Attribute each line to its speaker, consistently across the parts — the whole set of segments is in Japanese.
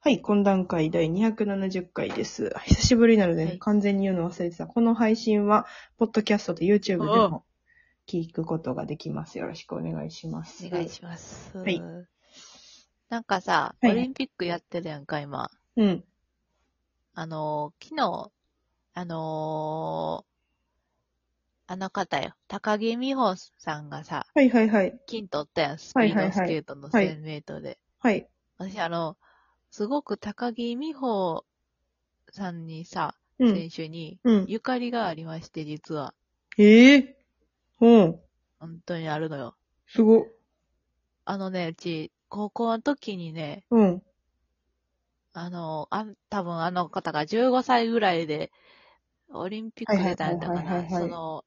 Speaker 1: はい、懇談会第270回です。久しぶりなので、ね
Speaker 2: はい
Speaker 1: 完全に言うの忘れてた。この配信は、ポッドキャストと YouTube でも聞くことができます。よろしくお願いします。
Speaker 2: お願いします。
Speaker 1: はい
Speaker 2: なんかさ、
Speaker 1: はい
Speaker 2: オリンピックやってるやんか、今。
Speaker 1: うん。
Speaker 2: あのー、昨日、あのー、あの方よ、高木美帆さんがさ、
Speaker 1: はいはいはい。
Speaker 2: 金取ったやん、スピ
Speaker 1: はい
Speaker 2: ー
Speaker 1: はいはい
Speaker 2: ドスケートの
Speaker 1: はい
Speaker 2: 1000メートルで。
Speaker 1: はい。
Speaker 2: 私、あの、すごく高木美帆さんにさ、
Speaker 1: うん。
Speaker 2: 選手に、
Speaker 1: うん。
Speaker 2: ゆかりがありまして、実は、
Speaker 1: ええうん。
Speaker 2: 本当にあるのよ。
Speaker 1: すご。
Speaker 2: あのね、うち、高校の時にね、
Speaker 1: うん。
Speaker 2: あの、あん、多分あの方が15歳ぐらいで、オリンピック出たんだか
Speaker 1: はいはいはいは
Speaker 2: な。
Speaker 1: いはい
Speaker 2: その、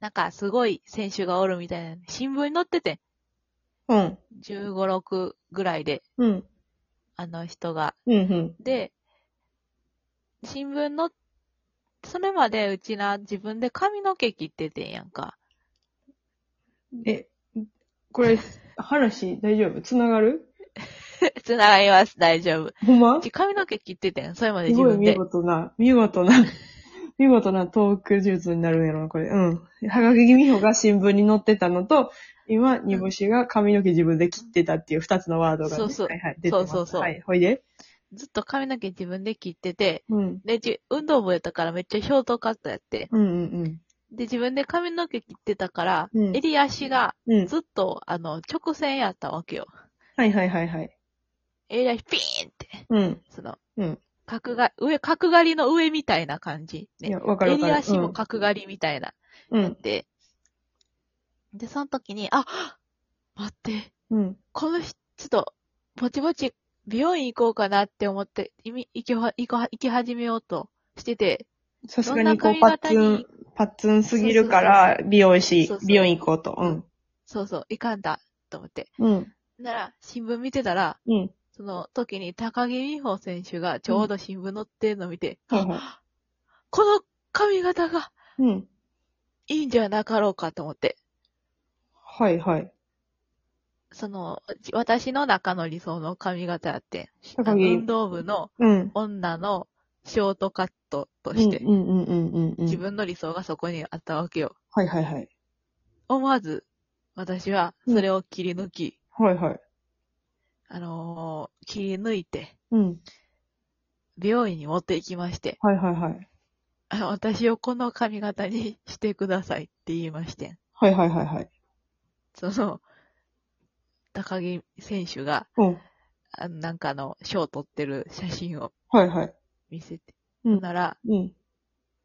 Speaker 2: なんかすごい選手がおるみたいな。新聞に載ってて、
Speaker 1: うん。
Speaker 2: 15、6ぐらいで、
Speaker 1: うん。
Speaker 2: あの人が。
Speaker 1: うん。うん。
Speaker 2: で、新聞の、それまでうちな自分で髪の毛切っててんやんか。
Speaker 1: え、これ、話大丈夫繋がる
Speaker 2: つながります、大丈夫。
Speaker 1: ほんま
Speaker 2: うち髪の毛切っててん、それまです自
Speaker 1: ごい
Speaker 2: 分
Speaker 1: 見
Speaker 2: で。
Speaker 1: 事な、見事 な、見事なトーク術になるんやろな、これ。うん。高木美帆が新聞に載ってたのと、今、煮干しが髪の毛自分で切ってたっていう二つのワードがね、
Speaker 2: そうそう
Speaker 1: はいはい、出てます。
Speaker 2: そうそうそう
Speaker 1: はい、ほいで。
Speaker 2: ずっと髪の毛自分で切ってて、
Speaker 1: うん。
Speaker 2: で、うち運動部やったからめっちゃショートカットやって。
Speaker 1: うんうん
Speaker 2: で、自分で髪の毛切ってたから、
Speaker 1: うん
Speaker 2: 襟足が
Speaker 1: うん。うん。
Speaker 2: ずっと、あの、直線やったわけよ。
Speaker 1: はいはいはいはい。
Speaker 2: 襟足ピーンって、
Speaker 1: うん。
Speaker 2: その、
Speaker 1: うん。
Speaker 2: 角が、上、角刈りの上みたいな感じ。
Speaker 1: い
Speaker 2: ね
Speaker 1: や、。わかるわか
Speaker 2: 襟
Speaker 1: る。
Speaker 2: 足も角刈りみたいな。
Speaker 1: うん。う
Speaker 2: やっ
Speaker 1: ん。
Speaker 2: て、で、その時に、あ、待って、
Speaker 1: うん。
Speaker 2: この人、ちょっと、ぼちぼち、美容院行こうかなって思って、いみ行きは、行こは行き始めようとしてて、
Speaker 1: さす
Speaker 2: ど
Speaker 1: が
Speaker 2: んな
Speaker 1: にこう、
Speaker 2: 髪
Speaker 1: パッ
Speaker 2: 型
Speaker 1: ツン
Speaker 2: に、、
Speaker 1: パッツンすぎるから、美容師
Speaker 2: そうそ、う
Speaker 1: 美容院行こうと。うん。
Speaker 2: そうそう、いかんだ、と思って。
Speaker 1: うん。
Speaker 2: なら、新聞見てたら、
Speaker 1: うん。
Speaker 2: その時に高木美帆選手がちょうど新聞載ってるのを見て、
Speaker 1: はいはい。
Speaker 2: この髪型が
Speaker 1: うん。
Speaker 2: いいんじゃなかろうかと思って、
Speaker 1: はいはい。
Speaker 2: その、じ私の中の理想の髪型やって、あ
Speaker 1: 高
Speaker 2: の
Speaker 1: 木
Speaker 2: 運。動部の
Speaker 1: うん。
Speaker 2: 女のショートカットとして、
Speaker 1: うんうんうんうんうんうん。
Speaker 2: 自分の理想がそこにあったわけよ。
Speaker 1: はいはいはい。
Speaker 2: 思わず、私はそれを切り抜き、
Speaker 1: はいはい。
Speaker 2: あのー切り抜いて、
Speaker 1: うん。
Speaker 2: 美容院に持って行きまして、
Speaker 1: はいはいはい。
Speaker 2: あ私をこの髪型にしてくださいって言いましてん。
Speaker 1: はいはいはいはい。
Speaker 2: その、高木選手が、
Speaker 1: うん。
Speaker 2: あのなんかあの、賞を取ってる写真を
Speaker 1: はいはい。
Speaker 2: 見せて、
Speaker 1: うん
Speaker 2: なら、
Speaker 1: うん。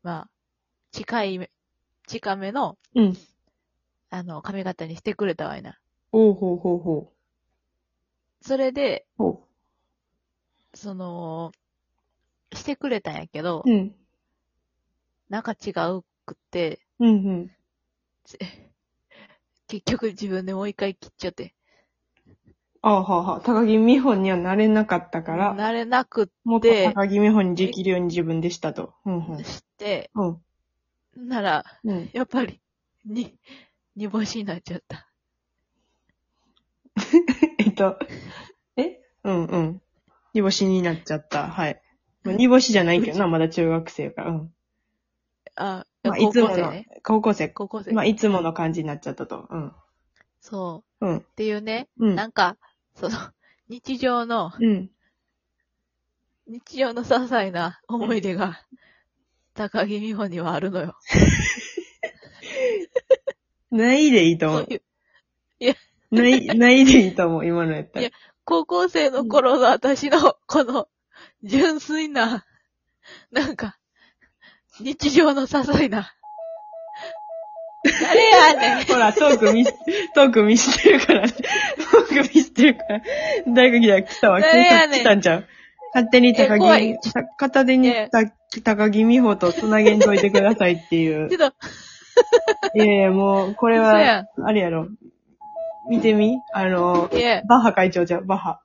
Speaker 2: まあ、近いめ、近めの、
Speaker 1: うん。
Speaker 2: あの、髪型にしてくれたわいな。
Speaker 1: おうほうほうほう。
Speaker 2: それで、
Speaker 1: ほ
Speaker 2: その、してくれたんやけど
Speaker 1: う。、うん。
Speaker 2: なんか違うくって、
Speaker 1: うんうん。
Speaker 2: つ結局自分でもう一回切っちゃって。
Speaker 1: ああはあはあ。高木美帆にはなれなかったから、
Speaker 2: 慣れなくっ
Speaker 1: もっと
Speaker 2: で
Speaker 1: 高木美帆にできるように自分でしたと。うんうん。
Speaker 2: して、
Speaker 1: うん。
Speaker 2: なら、
Speaker 1: うん。
Speaker 2: やっぱり、に、煮干しになっちゃった。
Speaker 1: えっと、えうんうん。煮干しになっちゃった。はい。まあ煮干しじゃないけどな、まだ中学生やから。うん。
Speaker 2: あ、
Speaker 1: まあ、い
Speaker 2: 高
Speaker 1: つ
Speaker 2: 校
Speaker 1: も
Speaker 2: 生
Speaker 1: の
Speaker 2: ね。、
Speaker 1: 高校生。
Speaker 2: 高校生。
Speaker 1: まあ、いつもの感じになっちゃったと。うん。
Speaker 2: そうう。
Speaker 1: ん。
Speaker 2: っていうね、
Speaker 1: うん。
Speaker 2: なんか、その、日常の、
Speaker 1: うん。
Speaker 2: 日常の些細な思い出が、高木美帆にはあるのよ。
Speaker 1: ないでいいと
Speaker 2: そ
Speaker 1: 思
Speaker 2: う
Speaker 1: う。
Speaker 2: いう、
Speaker 1: ない、ないでいいと思う、今のやったら。
Speaker 2: い高校生の頃の私の、この、純粋な、なんか、日常の些細な、誰やねん
Speaker 1: ほら、トーク見、トーク見してるから、トーク見してるから、誰か来た、来たわ、来
Speaker 2: 誰や
Speaker 1: た、
Speaker 2: ねん
Speaker 1: 来たんちゃう勝手に高
Speaker 2: え怖い
Speaker 1: 木、た片手に
Speaker 2: ね
Speaker 1: た高木美帆と繋げんといてくださいってい う
Speaker 2: ち。ょっと、
Speaker 1: いやいや、もう、これ
Speaker 2: 嘘
Speaker 1: は
Speaker 2: や、
Speaker 1: あれやろ。見てみあの、
Speaker 2: いや、
Speaker 1: バッハ会長じゃう、バッ ハ。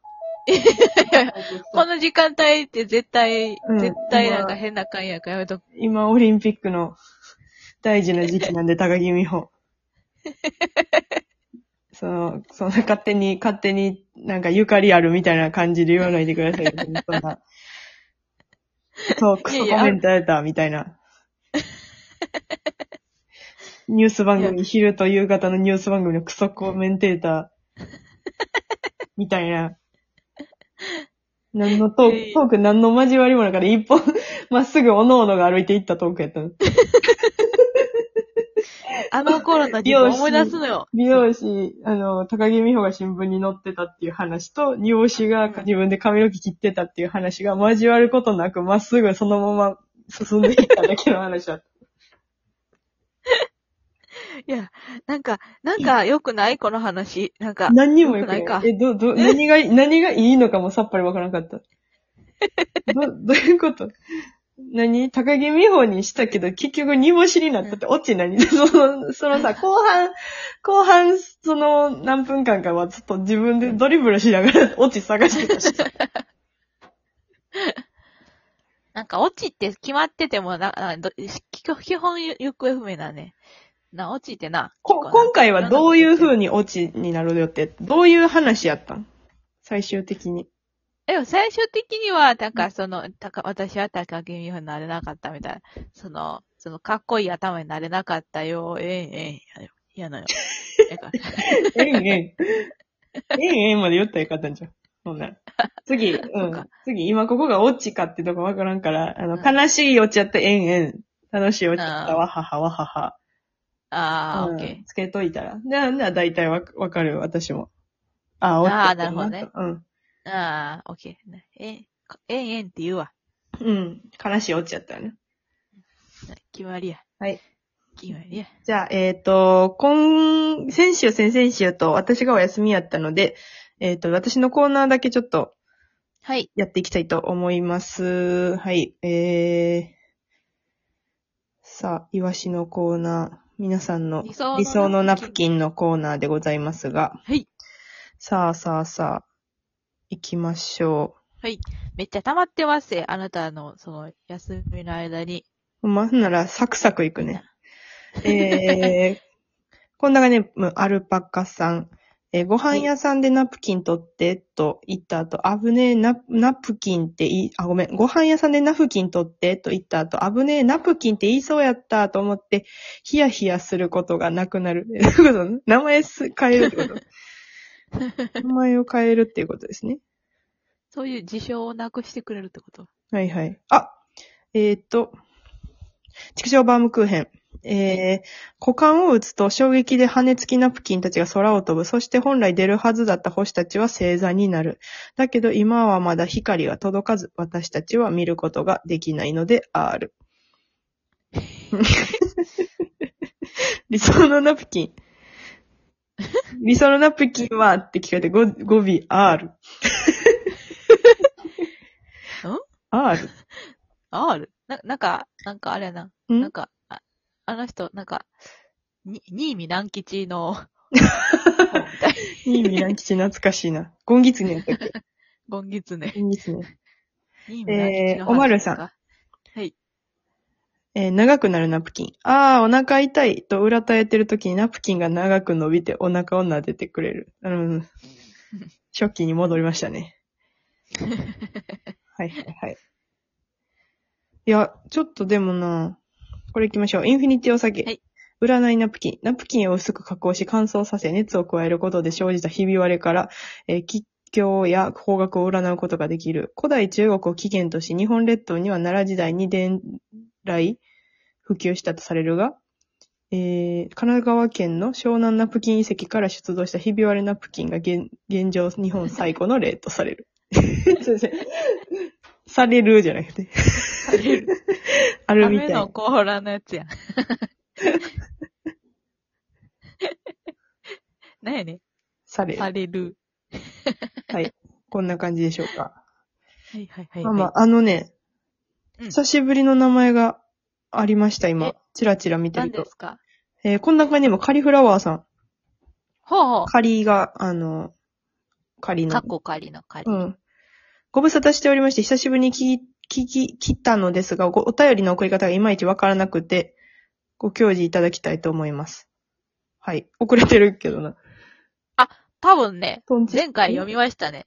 Speaker 2: この時間帯って絶対、
Speaker 1: うん
Speaker 2: 絶対なんか変な感やからやめとく。
Speaker 1: 今、オリンピック の大事な時期なんで、高木美帆。その、そんな勝手に、勝手になんかゆかりあるみたいな感じで言わないでくださいよ。そんな。そう、クソコメントやった、みたいな。ニュース番組、昼と夕方のニュース番組のクソコメンテーター、みたいな。何のトー
Speaker 2: い
Speaker 1: ク、
Speaker 2: や
Speaker 1: トーク何の交わりもなくて、一本、まっすぐおのおのが歩いていったトークやったの。
Speaker 2: あの頃の自分を思い出すのよ。
Speaker 1: 美容師、あの、高木美穂が新聞に載ってたっていう話と、二王師が自分で髪の毛切ってたっていう話が交わることなく、まっすぐそのまま進んでいっただけの話 だった。
Speaker 2: いや、なんか、なんか良くないこの話。なんか、
Speaker 1: 何にもよく
Speaker 2: よくないか
Speaker 1: え、ど、ど、何 が、何がいいのかもさっぱりわからなかった。ど、どういうこと何高木美穂にしたけど、結局煮干しになったって、オチ何 その、そのさ、後半、後半、その何分間かはちょっと自分でドリブルしながらオチ探してたし。
Speaker 2: なんか落ちって決まっててもな、など基基本行方不明だね。な、落ちってな。
Speaker 1: こ
Speaker 2: 結構な
Speaker 1: 今回はどういう風にオチになるよって、どういう話やったん最終的に。
Speaker 2: でも最終的には、なんかその、たか私は高木美帆になれなかったみたいな。その、その、かっこいい頭になれなかったよ。ええええ やのよ。やから
Speaker 1: えん えん。えんえんまで言ったらよかったんじゃん。そんなん。 次、う
Speaker 2: そうんか。
Speaker 1: 次、今ここがオチかってとこわからんから、あの、
Speaker 2: うん
Speaker 1: 悲しいオチやったえんえん。楽しいオチやっ
Speaker 2: う
Speaker 1: た
Speaker 2: ん
Speaker 1: わははわはは。
Speaker 2: ああ、
Speaker 1: うん
Speaker 2: オッケ
Speaker 1: つけといたら。で、な、だいたいわ、わかるよ、私も。ああ、オチやった
Speaker 2: あーなるほどね
Speaker 1: とうん。
Speaker 2: ー。ああ、オッケー。ええ、えええんって言うわ。
Speaker 1: うん。悲しいオチやったよね。
Speaker 2: 決まりや。
Speaker 1: はい。
Speaker 2: 決まりや。
Speaker 1: じゃあ、えっ、と、今、先週、先々週と私がお休みやったので、えっ、と、私のコーナーだけちょっと
Speaker 2: はい。
Speaker 1: やっていきたいと思います。はい、えー、さあ、イワシのコーナー、皆さんの
Speaker 2: 理想の
Speaker 1: 理想のナプキンのコーナーでございますが、
Speaker 2: はい。
Speaker 1: さあさあさあ、行きましょ
Speaker 2: めっちゃ溜まってますよ。あなたの、その、休みの間に。
Speaker 1: う。まあ、ほんなら、サクサク行くね。えー、こんながね、アルパカさん。えーご飯屋さんでナプキン取って、と言った後、危ねえナ、ナプキンっていい、あ、ごめん、ご飯屋さんでナプキン取って、と言った後、危ねえ、ナプキンって言いそうやった、と思って、ヒヤヒヤすることがなくなる。え どういうこと名前す変えるってこと名前を変えるっていうことですね。
Speaker 2: そういう事象をなくしてくれるってこと。
Speaker 1: はいはい。あえーっと、畜生バームクーヘン。えー、股間を打つと衝撃で羽根付きナプキンたちが空を飛ぶ。そして本来出るはずだった星たちは星座になる。だけど今はまだ光が届かず、私たちは見ることができないのである。 理想のナプキン。理想のナプキンはって聞かれて語語尾 R。R?
Speaker 2: R? な、なんか、なんかあれやな。
Speaker 1: ん
Speaker 2: なんか、ああの人、なんか、に、新見南吉の、
Speaker 1: いいミラン吉懐かしいな。ゴンギツネやったっけ
Speaker 2: ゴンギツネ。
Speaker 1: ゴンギツネ。
Speaker 2: 新見南吉
Speaker 1: え
Speaker 2: の話ですか、
Speaker 1: ーおまるさんえー長くなるナプキン。ああ、お腹痛いと裏たえてる時にナプキンが長く伸びてお腹を撫でてくれる。うん。初期に戻りましたね。はいはいはい。いや、ちょっとでもな、これ行きましょう。インフィニティお酒。
Speaker 2: はい
Speaker 1: 占いナプキン。ナプキンを薄く加工し乾燥させ熱を加えることで生じたひび割れから、えー、吉凶や方角を占うことができる。古代中国を起源とし、日本列島には奈良時代に伝来、普及したとされるが、えー、神奈川県の湘南ナプキン遺跡から出土したひび割れナプキンが現現状日本最古の例とされる。 先生されるじゃなくて、あるみたい。
Speaker 2: 雨の甲羅のやつ やん。なんやね
Speaker 1: される
Speaker 2: さ。れる。
Speaker 1: こんな感じでしょうか。
Speaker 2: はいはいはい、
Speaker 1: まあまあ、あのね、
Speaker 2: うん
Speaker 1: 久しぶりの名前がありました、今
Speaker 2: え。
Speaker 1: チラチラ見て
Speaker 2: 何
Speaker 1: る
Speaker 2: で
Speaker 1: と。
Speaker 2: すか
Speaker 1: えー、こんな感じにもカリフラワーさん。
Speaker 2: ほうほ
Speaker 1: カリが、あの、カリ
Speaker 2: う。
Speaker 1: の。
Speaker 2: かっこかりのかり。
Speaker 1: うん。ご無沙汰しておりまして、久しぶりに聞き、聞き、切ったのですが、ごお便りの送り方がいまいちわからなくて、ご教示いただきたいと思います。はい。遅れてるけどな。
Speaker 2: 多分ね、
Speaker 1: トンチ
Speaker 2: 前回読みましたね。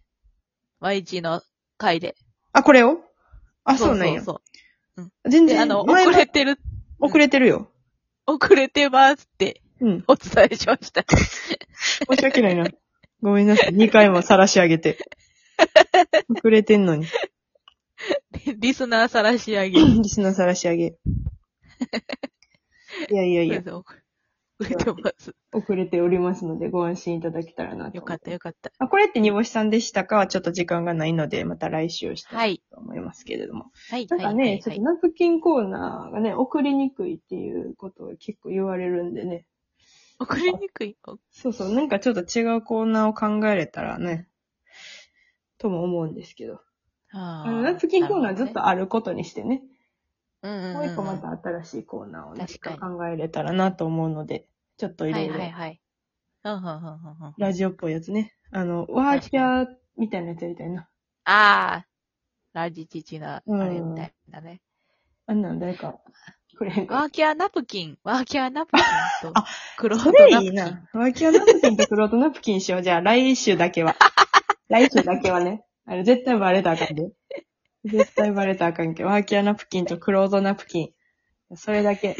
Speaker 2: YG の回で。
Speaker 1: あ、これをあ、そうなんや。
Speaker 2: そう
Speaker 1: 全
Speaker 2: で、
Speaker 1: 然、
Speaker 2: あの、
Speaker 1: 前
Speaker 2: 遅
Speaker 1: は
Speaker 2: れてる、
Speaker 1: 遅れてるよ。
Speaker 2: 遅れてますって
Speaker 1: うん。
Speaker 2: お伝えしました。
Speaker 1: 申し訳ないな。ごめんなさい。2回も晒し上げて。遅れてんの に。
Speaker 2: リスナーさらし上げ。
Speaker 1: リスナー晒し上げ。いやいやいや、
Speaker 2: そうそう遅れてます。
Speaker 1: 遅れておりますので、ご安心いただけたらなと。
Speaker 2: よかったよかった。
Speaker 1: あ、これって煮干しさんでしたかはちょっと時間がないので、また来週したいと思いますけれども。
Speaker 2: はい。
Speaker 1: なんかね、
Speaker 2: はいはい
Speaker 1: ちょっ
Speaker 2: はい
Speaker 1: とナプキンコーナーがね、送りにくいっていうことを結構言われるんでね。
Speaker 2: 送りにくい。お
Speaker 1: そうそう、なんかちょっと違うコーナーを考えれたらね、とも思うんですけど。
Speaker 2: あ
Speaker 1: あの、ナプキンコーナーずっとあることにしてね、
Speaker 2: な
Speaker 1: も
Speaker 2: るほど
Speaker 1: う
Speaker 2: ね、
Speaker 1: 一個ま
Speaker 2: うんうんうん
Speaker 1: た新しいコーナーをね、
Speaker 2: 確かに
Speaker 1: 考えれたらなと思うので、ちょっとい
Speaker 2: は
Speaker 1: ろい
Speaker 2: い
Speaker 1: ろ
Speaker 2: はいはい。うんうんうんうんうん
Speaker 1: ラジオっぽいやつね。あの、ワーキャーみたいなやつやりたいな。
Speaker 2: ああ、ラジチチの、あれみたいなね。
Speaker 1: あんなん誰かくれへんかな
Speaker 2: ワーキャーナプキン、ワーキャーナプキンと
Speaker 1: あ、
Speaker 2: クロー
Speaker 1: そ
Speaker 2: ト
Speaker 1: れ
Speaker 2: ナ
Speaker 1: いい
Speaker 2: プキン。
Speaker 1: な。ワーキャーナプキンとクロートナプキンしよう。じゃあ来週だけ は。来週だけはね。あれ絶対バレたらあかんで。絶対バレたらあかんけど。ワーキャーナプキンとクロートナプキン。それだけ。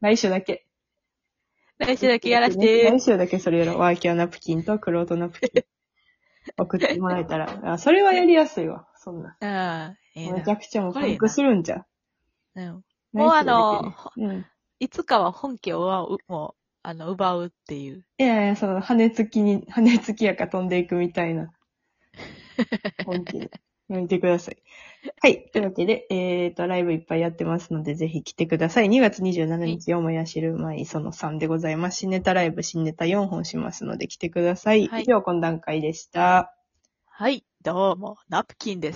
Speaker 1: 来週だけ。
Speaker 2: 来週だけやらして
Speaker 1: 来。週だけそれやろ。ワーキャーナプキンとクロートナプキン。送ってもらえたら。あ、それはやりやすいわ。そんな。
Speaker 2: ああ、ええ
Speaker 1: め
Speaker 2: な
Speaker 1: ち。ゃくちゃもうパンクするんじゃん。
Speaker 2: うんもう
Speaker 1: 来
Speaker 2: あ
Speaker 1: 週だ
Speaker 2: の、
Speaker 1: けねうん。
Speaker 2: いつかは本家を奪う、もう、あの、奪うっていう。
Speaker 1: いやいや、その、羽付きに、 羽付きやか飛んでいくみたいな。本気で。やめてください。はい。というわけで、えっ、と、ライブいっぱいやってますので、ぜひ来てください。2月27日、よもやしるまいその3でございます。新ネタライブ、新ネタ4本しますので、来てください。
Speaker 2: はい
Speaker 1: 以上、懇談会でした。
Speaker 2: はい、どうも、ナプキンです。